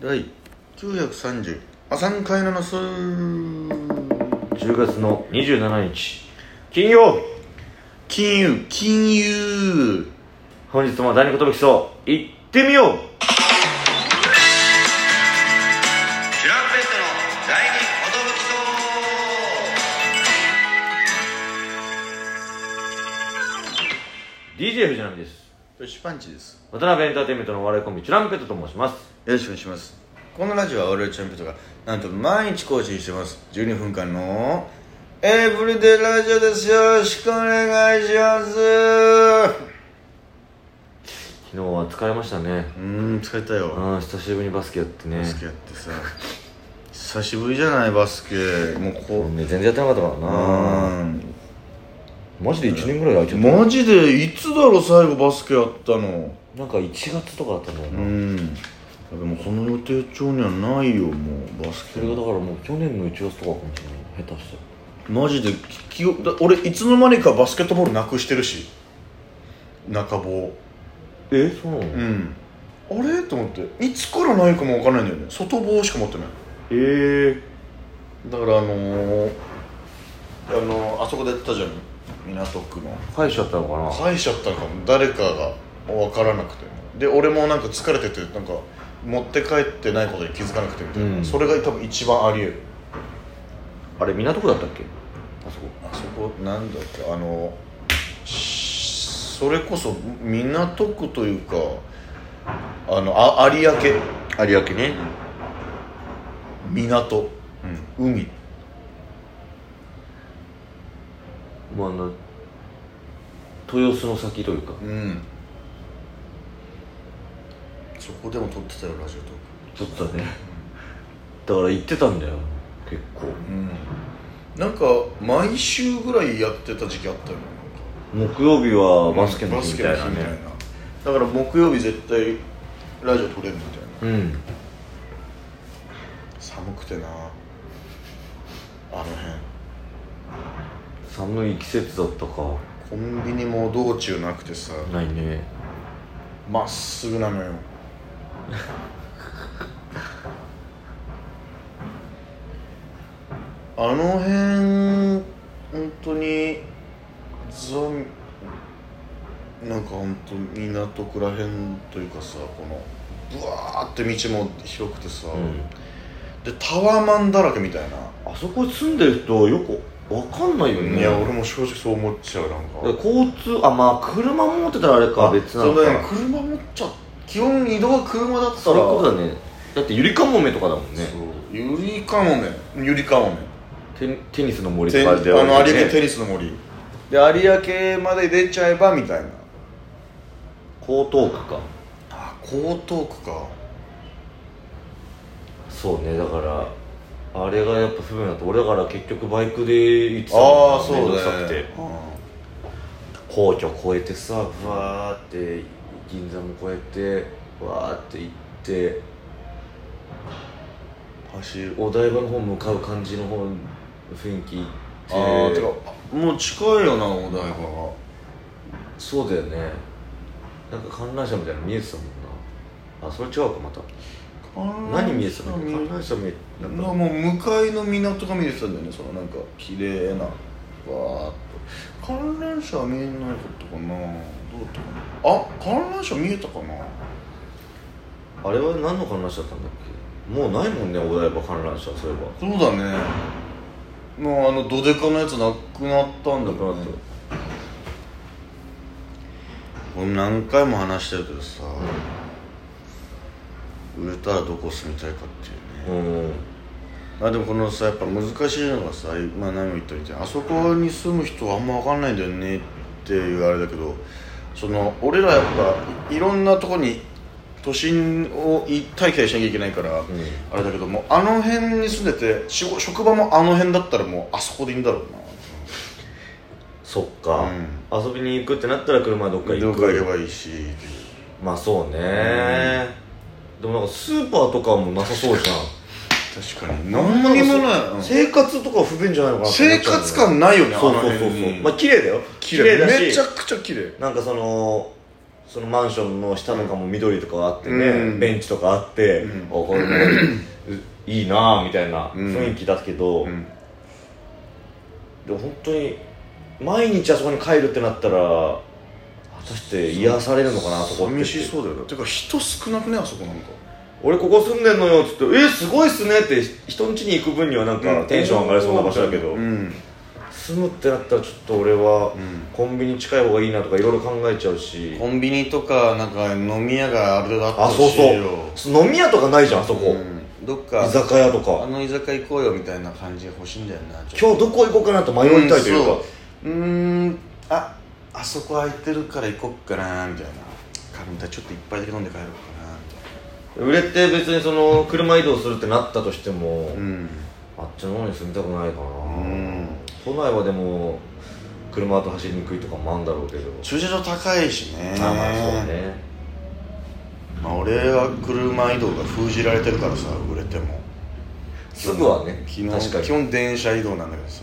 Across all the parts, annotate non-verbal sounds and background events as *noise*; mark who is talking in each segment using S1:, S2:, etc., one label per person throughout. S1: 第930あ3回目の数
S2: 10月の27日金曜日
S1: 金融金融
S2: 本日も第二言武器そう行ってみよう
S1: チュランペットの第二
S2: DJ 藤波です
S1: 寿シパンチです
S2: 渡辺エンターテインメントのお笑いコンビチュランペットと申します
S1: よろしくお願いしますこのラジオは俺チャンピオンがなんと毎日更新してます12分間のエブリデイラジオですよろしくお願いします
S2: 昨日は疲れましたね
S1: うーん疲れたよ
S2: うん久しぶりにバスケやってね
S1: バスケやってさ久しぶりじゃないバスケもうこ
S2: ね全然やってなかったから
S1: うう
S2: な
S1: ーん
S2: マジで1年ぐらい空いちゃった
S1: マジでいつだろ最後バスケやったの
S2: なんか1月とかだったんだよ
S1: う
S2: な、
S1: んでもこの予定帳にはないよもうバス
S2: そ
S1: ケ
S2: れがだからもう去年の1月とかかもしれない下手して
S1: マジでききだ俺いつの間にかバスケットボールなくしてるし中棒
S2: えそうなの、
S1: う
S2: え
S1: んあれと思っていつからないかも分からないんだよね外棒しか持ってない
S2: えー、
S1: だからあのー、あのー、あそこでやってたじゃん港区の
S2: 返しちゃったのかな
S1: 返しちゃったのかも誰かが分からなくてで俺もなんか疲れててなんか持って帰ってないことに気づかなくてみたいな、
S2: うん
S1: それが多分一番ありえる
S2: あれ港区だったっけあそこ
S1: あそこなんだっけあのしそれこそ港区というかあのあ有明有明ね港、海
S2: まあな豊洲の先というか
S1: うんそこでも撮ってたよラジオト
S2: ちょっとねだから行ってたんだよ結構
S1: ークうんなんか毎週ぐらいやってた時期あったよね
S2: 木曜日は
S1: なんか
S2: バスケの日みたいな
S1: バスケの日
S2: ね
S1: だから木曜日絶対ラジオ撮れるみたいな
S2: うん
S1: 寒くてなあの
S2: 寒い季節だったか
S1: 辺コンビニも道中なくてさ
S2: ないね
S1: まっすぐなのよ *laughs* あの辺本当にザなんか本当港区ら辺というかさこのブワーって道も広くてさ、
S2: うん
S1: でタワーマンだらけみたいな、
S2: あそこ住んでる人よくわかんないよね
S1: いや俺も正直そう思っちゃうなんか
S2: 交通あまあ車持ってたらあれか別な
S1: そ
S2: の
S1: うだよ
S2: か
S1: 車持っちゃ基本移動が車だったら
S2: そういうことだねだってゆりかもめとかだもんね
S1: そうゆりかもめゆりかもめ
S2: テテニスの森と
S1: て
S2: か
S1: あ
S2: だよね
S1: の有明テニスの森で有明まで出ちゃえばみたいな
S2: 江東区か
S1: あ江東区か
S2: そうねだからあれがやっぱ不便だと俺だから結局バイクで行ってた
S1: ああそう
S2: 面倒くさく
S1: だ
S2: て
S1: ね
S2: 皇居越えてさふわーって銀座も越えてわーって行って
S1: 走る
S2: お台場の方向かう感じの方雰囲気行って
S1: あーてかもう近いよなお台場が
S2: そうだよねなんか観覧車みたいなの見えてたもんなあそれ違うかまた何見えてたの観覧車見えな
S1: なん
S2: ん
S1: か
S2: か
S1: もう向かいの港が見えてたんだよねそのなんか綺麗なわーっと観覧車は見えないことかなどうだったかなあ観覧車見えたかな
S2: あれは何の観覧車だったんだっけもうないもんねお台場観覧車そういえば
S1: そうだねもうあのどでかのやつなくなったんだけ
S2: なく
S1: ど
S2: な
S1: ね
S2: った
S1: 俺何回も話してるけどさ売れたらどこ住みたいかっていうね
S2: うん
S1: あでもこのさやっぱ難しいのがさ今何も言ったみたいにあそこに住む人はあんま分かんないんだよねっていうあれだけどその俺らやっぱいろんなとこに都心を行ったり来たりしなきゃいけないから、あれだけどもあの辺に住んでて仕事職場もあの辺だったらもうあそこでいいんだろう
S2: そっか、遊びに行くってなったら車どっ
S1: な
S2: か
S1: ど
S2: 行く
S1: こか行けばいいしっていう
S2: まあそうね、でもなんかスーパーとかもなさそうじゃ
S1: 確かに
S2: ん
S1: 何にもない
S2: んか
S1: うん
S2: そ生活とか不便じゃないのかなってなっ
S1: 生
S2: ちゃう
S1: 活感ないよね
S2: そうそう
S1: あの
S2: そう
S1: 辺
S2: そう
S1: に
S2: まあ綺麗だよ
S1: 綺麗
S2: だ
S1: めちゃ
S2: し
S1: くちゃ綺麗
S2: なんかそのそのマンションの下とかも緑とかあってね、
S1: うん
S2: ベンチとかあって、
S1: うん
S2: おこれもいいなぁみたいな
S1: うん
S2: 雰囲気だけど、
S1: うん
S2: でも本当に毎日あそこに帰るってなったら果たして癒されるのかなあそこって
S1: 寂しそうだよなてか人少なくねあそこなんか
S2: 俺ここ住んでんのよっつって「えすごいっすね」って人ん家に行く分にはなんかテンション上がりそうな場所だけど、
S1: うん
S2: 住むってなったらちょっと俺は
S1: うん
S2: コンビニ近い方がいいなとかいろいろ考えちゃうし
S1: コンビニとかなんか飲み屋があれだった
S2: あ
S1: ら
S2: そう
S1: しいよ
S2: そう飲み屋とかないじゃんあそこ、
S1: うんどっ
S2: 居
S1: か
S2: 酒屋と
S1: あ
S2: か
S1: の居酒屋行こうよみたいな感じが欲しいんだよな
S2: 今日どこ行こうかなと迷いたいというか、
S1: うんそううーんああそこ空いてるから行こっかなみたいなカみたいちょっと一杯だけ飲んで帰ろうかなみ
S2: 売れて別にその車移動するってなったとしても、
S1: たいなうん
S2: あっちの方に住みたくないかな、
S1: ん
S2: 都内はでも車だと走りにくいとかもあるんだろうけど
S1: 駐車場高いしね
S2: まあまあそうね
S1: まあ俺は車移動が封じられてるからさ売れても
S2: すぐはね
S1: 基本
S2: 確かに
S1: 基本電車移動なんだけどさ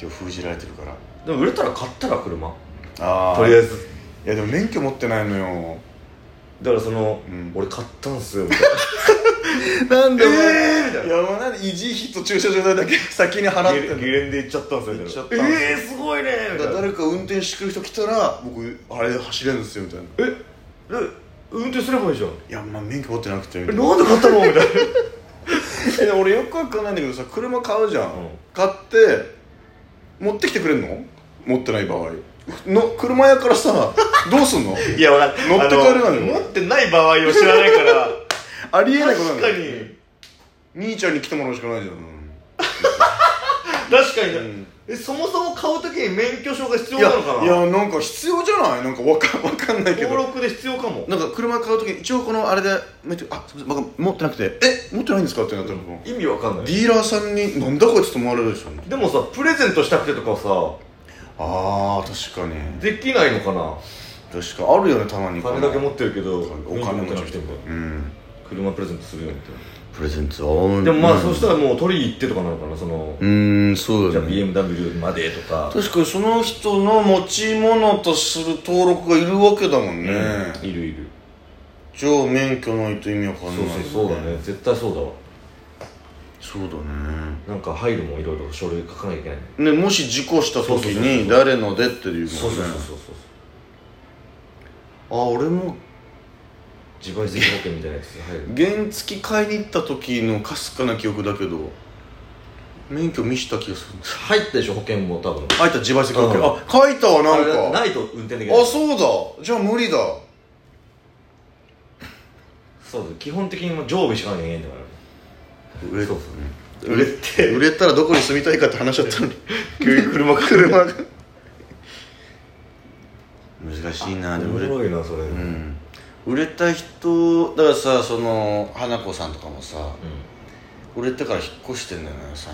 S1: 今日封じられてるから
S2: でも売れたら買ったら車
S1: あ
S2: とりあえ
S1: ず
S2: ず
S1: いやでも免許持ってないのよ
S2: だからその、
S1: うん
S2: 俺買ったんすよみたいな
S1: なん
S2: でお
S1: い
S2: 前みたい
S1: やもうなんで維持費と駐車場代だけ先に払ってんの
S2: ゲレンデ行っちゃったんすよ
S1: 行っ
S2: み
S1: ち
S2: た
S1: ゃ
S2: い
S1: っ
S2: な
S1: たんすよ
S2: えー、すごいねみたいな
S1: 誰か運転してくる人来たら僕あれ走れるんですよみたいない
S2: ええ運転すればいいじゃん
S1: やまあ免許持ってなくてみ
S2: え
S1: たいな
S2: なんで買ったのみたいな
S1: えでも俺よくわ *laughs* かんないんだけどさ車買うじゃん、
S2: うん
S1: 買って持ってきてくれんの持ってない場合の車屋からさ *laughs* どうすんの
S2: いや俺
S1: 乗って帰れないの
S2: あの持ってない場合を知らないから
S1: ありえないことなんだ
S2: 確か
S1: よ
S2: に
S1: 兄ちゃんに来てもらうしかないじゃん、
S2: 確かに、
S1: うん
S2: えそもそも買う時に免許証が必
S1: い
S2: 要
S1: や
S2: なのかない
S1: やなんか必要じゃないなんかわかわ *laughs* かんないけ
S2: 登
S1: ど
S2: 録で必要かも
S1: なんか車買う時に一応このあれで見てあすいません僕持ってなくてえ持ってないんですかってなったら、もう
S2: 意味わかんない
S1: ディーラーさんになんだこいつと思われるでしょ
S2: でもさプレゼントしたくてとかさ
S1: あー確かに
S2: できないのかな
S1: 確かあるよねたまに
S2: お金だけ持ってるけど
S1: お金持ちの人
S2: 免許持ってなくて
S1: うん
S2: 車プレゼントするよみたいな
S1: プレゼントは
S2: でもまあ、そ
S1: うん
S2: したらもう取りに行ってとかなのかなその、
S1: うーんそう
S2: じ
S1: だ
S2: ゃあ
S1: ね
S2: BMW までとか、
S1: 確かにその人の持ち物とする登録がいるわけだもんね、
S2: いるいる
S1: じゃあ免許ないと意味わかん
S2: そう
S1: ない
S2: そうそうだね絶対そうだわ
S1: そうだ
S2: なんか入るもんいろいろ書類書かなきゃいけない
S1: ねねもし事故した
S2: そう
S1: 時
S2: そうそうそう
S1: に誰のでっていうもんね
S2: そうそうそうそうそう
S1: あ俺も
S2: 自賠責保険みたいなやつ入る
S1: 原付買いに行った時のかすかな記憶だけど免許見した気がする
S2: 入ったでしょ保険も多分
S1: あいた自賠責保険
S2: う
S1: あ書いたわなん
S2: あれ
S1: か
S2: ないと運転できない
S1: あそうだじゃあ無理だ
S2: そうです基本的にもう常備しかなきゃいけないんだから
S1: 売れ
S2: そうそう
S1: 売れ
S2: て
S1: 売れたらどこに住みたいかって話だったのに *laughs* 急に車車が難しいな
S2: お
S1: でも売
S2: も
S1: れ,、う
S2: ろいなそれうん、
S1: ん、売れた人だからさその花子さんとかもさ売れてから引っ越してんだよな3人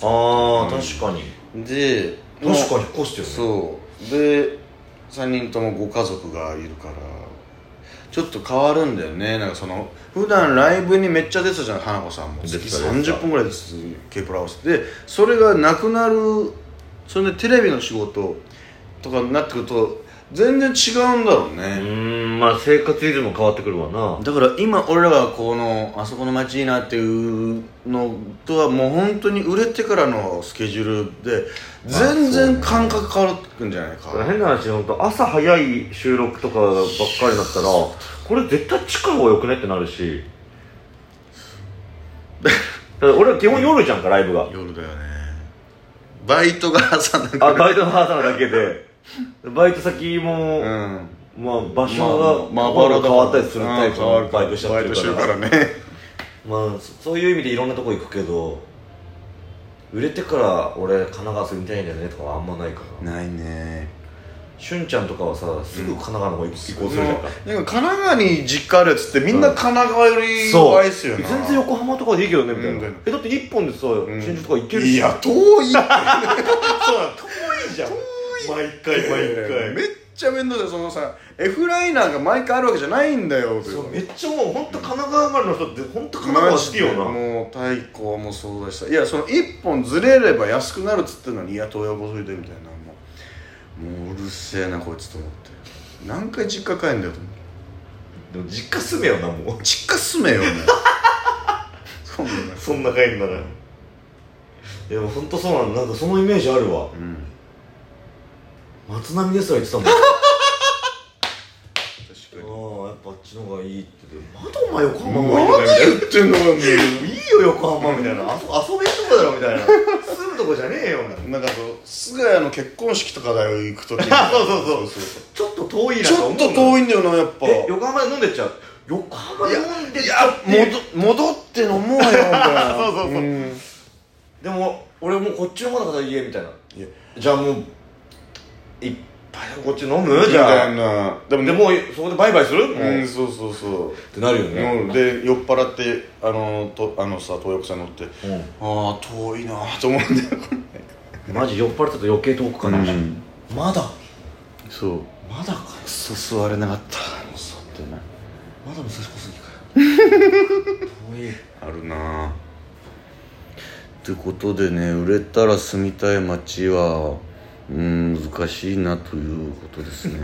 S1: とも
S2: ああ、
S1: うん
S2: 確かに
S1: で
S2: 確か
S1: も
S2: に引っ越して
S1: う
S2: るね
S1: そうで3人ともご家族がいるからちょっと変わるんだよねなんかその普段ライブにめっちゃ出てたじゃん花子さんも
S2: 出
S1: 月
S2: てた出て
S1: 30
S2: た
S1: 分ぐらいです k プラハウスでそれがなくなるそれでテレビの仕事とかになってくると全然違うんだろう
S2: う
S1: ね、
S2: ーんまあ生活リズム変わってくるわな
S1: だから今俺らがこのあそこの街いいなっていうのとはもう本当に売れてからのスケジュールで全然感覚変わってくんじゃないか、
S2: 変な話本当朝早い収録とかばっかり
S1: *laughs*
S2: だったらこれ絶対近い方がよくねってなるしだから俺は基本夜じゃんかライブが
S1: 夜だよねバイトが朝だ
S2: あ
S1: から
S2: バイトの朝なだけでバイト先も、
S1: うん
S2: まあ場所が、
S1: まあまあ
S2: 変わったりするタイプ
S1: うん変わる
S2: のバイトしちゃってるから
S1: ね
S2: まあそそういう意味でいろんなとこ行くけど売れてから俺神奈川住みたいんだよねとかはあんまないから、
S1: ないね
S2: しゅんちゃんとかはさすぐ神奈川の方行く行こうするじゃん
S1: な
S2: か、
S1: んか神奈川に実家あるやつってみんな神奈川より
S2: そ
S1: 弱
S2: う
S1: いっすよ
S2: 全
S1: な
S2: 然横浜とかでいいけどねみたいな、
S1: うん
S2: えだって一本でさ
S1: ん
S2: 新宿とか行ける
S1: い
S2: し
S1: や遠いって
S2: *laughs* そうなの遠いじゃん毎回
S1: めっちゃ面倒だよそのさ F ライナーが毎回あるわけじゃないんだよ
S2: そうめっちゃもう本当神奈川生まれの人って本当神奈
S1: マ
S2: 川
S1: ジ
S2: 好き
S1: で
S2: よな
S1: もう太鼓もそうだしさいやその1本ずれれば安くなるっつってんのにいや東横沿いでみたいなもうもううるせえなこいつと思って何回実家帰んだよと思って
S2: でも実家住めよなもう
S1: 実家住めよお前 *laughs* そんな
S2: そんな帰んならでも本当そうなんだなんかそのイメージあるわ
S1: うん
S2: 松並ですら言ってたもん
S1: 確かに
S2: ああやっぱあっちの方がいいって言ってまだお前横浜の方がいいの
S1: 何
S2: かよみたいな
S1: 言ってんのよね
S2: いいよ横浜みたいな遊遊べるとこだろみたいな住むとこじゃねえよみたいな
S1: なんかそう菅谷の結婚式とかだよ行く時
S2: *laughs* そうそうそうちょっと遠いな
S1: ち
S2: と
S1: ょ
S2: 思
S1: っ
S2: う
S1: と遠いんだよなやっぱ
S2: え横浜で飲んでっちゃう横浜で飲んでっ
S1: い
S2: ち
S1: や
S2: ゃうっていう
S1: 戻戻って飲もうよみたいな
S2: *laughs* そうそうそうんでも俺もうこっちの方だから家みたいない
S1: や
S2: じゃあもういっぱいこっち飲む
S1: み
S2: じゃ
S1: た
S2: あ
S1: いなでも
S2: でもうそこでバイバイするもう
S1: う
S2: っ
S1: んそうそうそう
S2: てなるよね
S1: うんで酔っ払ってあのとあのさ東横線乗って
S2: う
S1: ああ遠いなと思うんだよ
S2: んマジ酔っ払ったと余計遠くかなまだ
S1: そう
S2: まだか
S1: くそ座れなかったもう座ってね
S2: まだ武蔵小杉かよ遠い
S1: あるなあってことでね売れたら住みたい街はうん難しいなということですね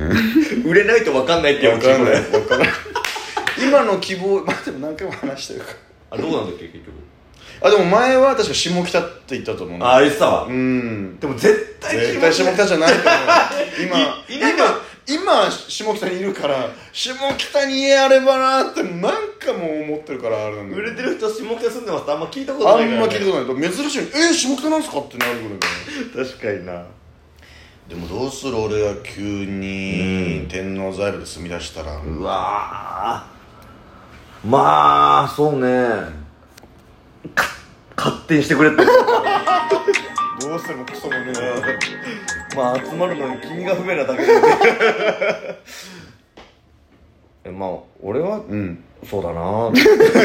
S2: 売れないと分かんないって
S1: わ
S2: やつ
S1: か *laughs* んない *laughs* わかんない今の希望まあでも何回も話してるか
S2: あどうなんだっけ結局
S1: あでも前は確か下北って言ったと思う
S2: あ
S1: な
S2: あ言ってたわ
S1: うん
S2: でも絶対
S1: 絶対下北じゃないと思 *laughs* う
S2: いい
S1: 今
S2: ない
S1: 今今下北にいるから下北に家あればなってなんかもう思ってるからあれなんだ
S2: 売
S1: よ
S2: れてる人下北住んでますってあんま聞いたこと
S1: あ
S2: ない
S1: ん
S2: から、ね、
S1: ま聞いたことない珍しいのえ下北なんすかってなるぐらいだよね
S2: 確かにな
S1: でもどうする俺が急
S2: う
S1: に
S2: ん
S1: 天王財布で住み出したら
S2: うわーまあそうねか勝手にしてくれって
S1: どうしてもクソもね
S2: *laughs* まあ集まるのに君が不便なだけで
S1: *laughs*
S2: まあ俺は
S1: うん
S2: そうだな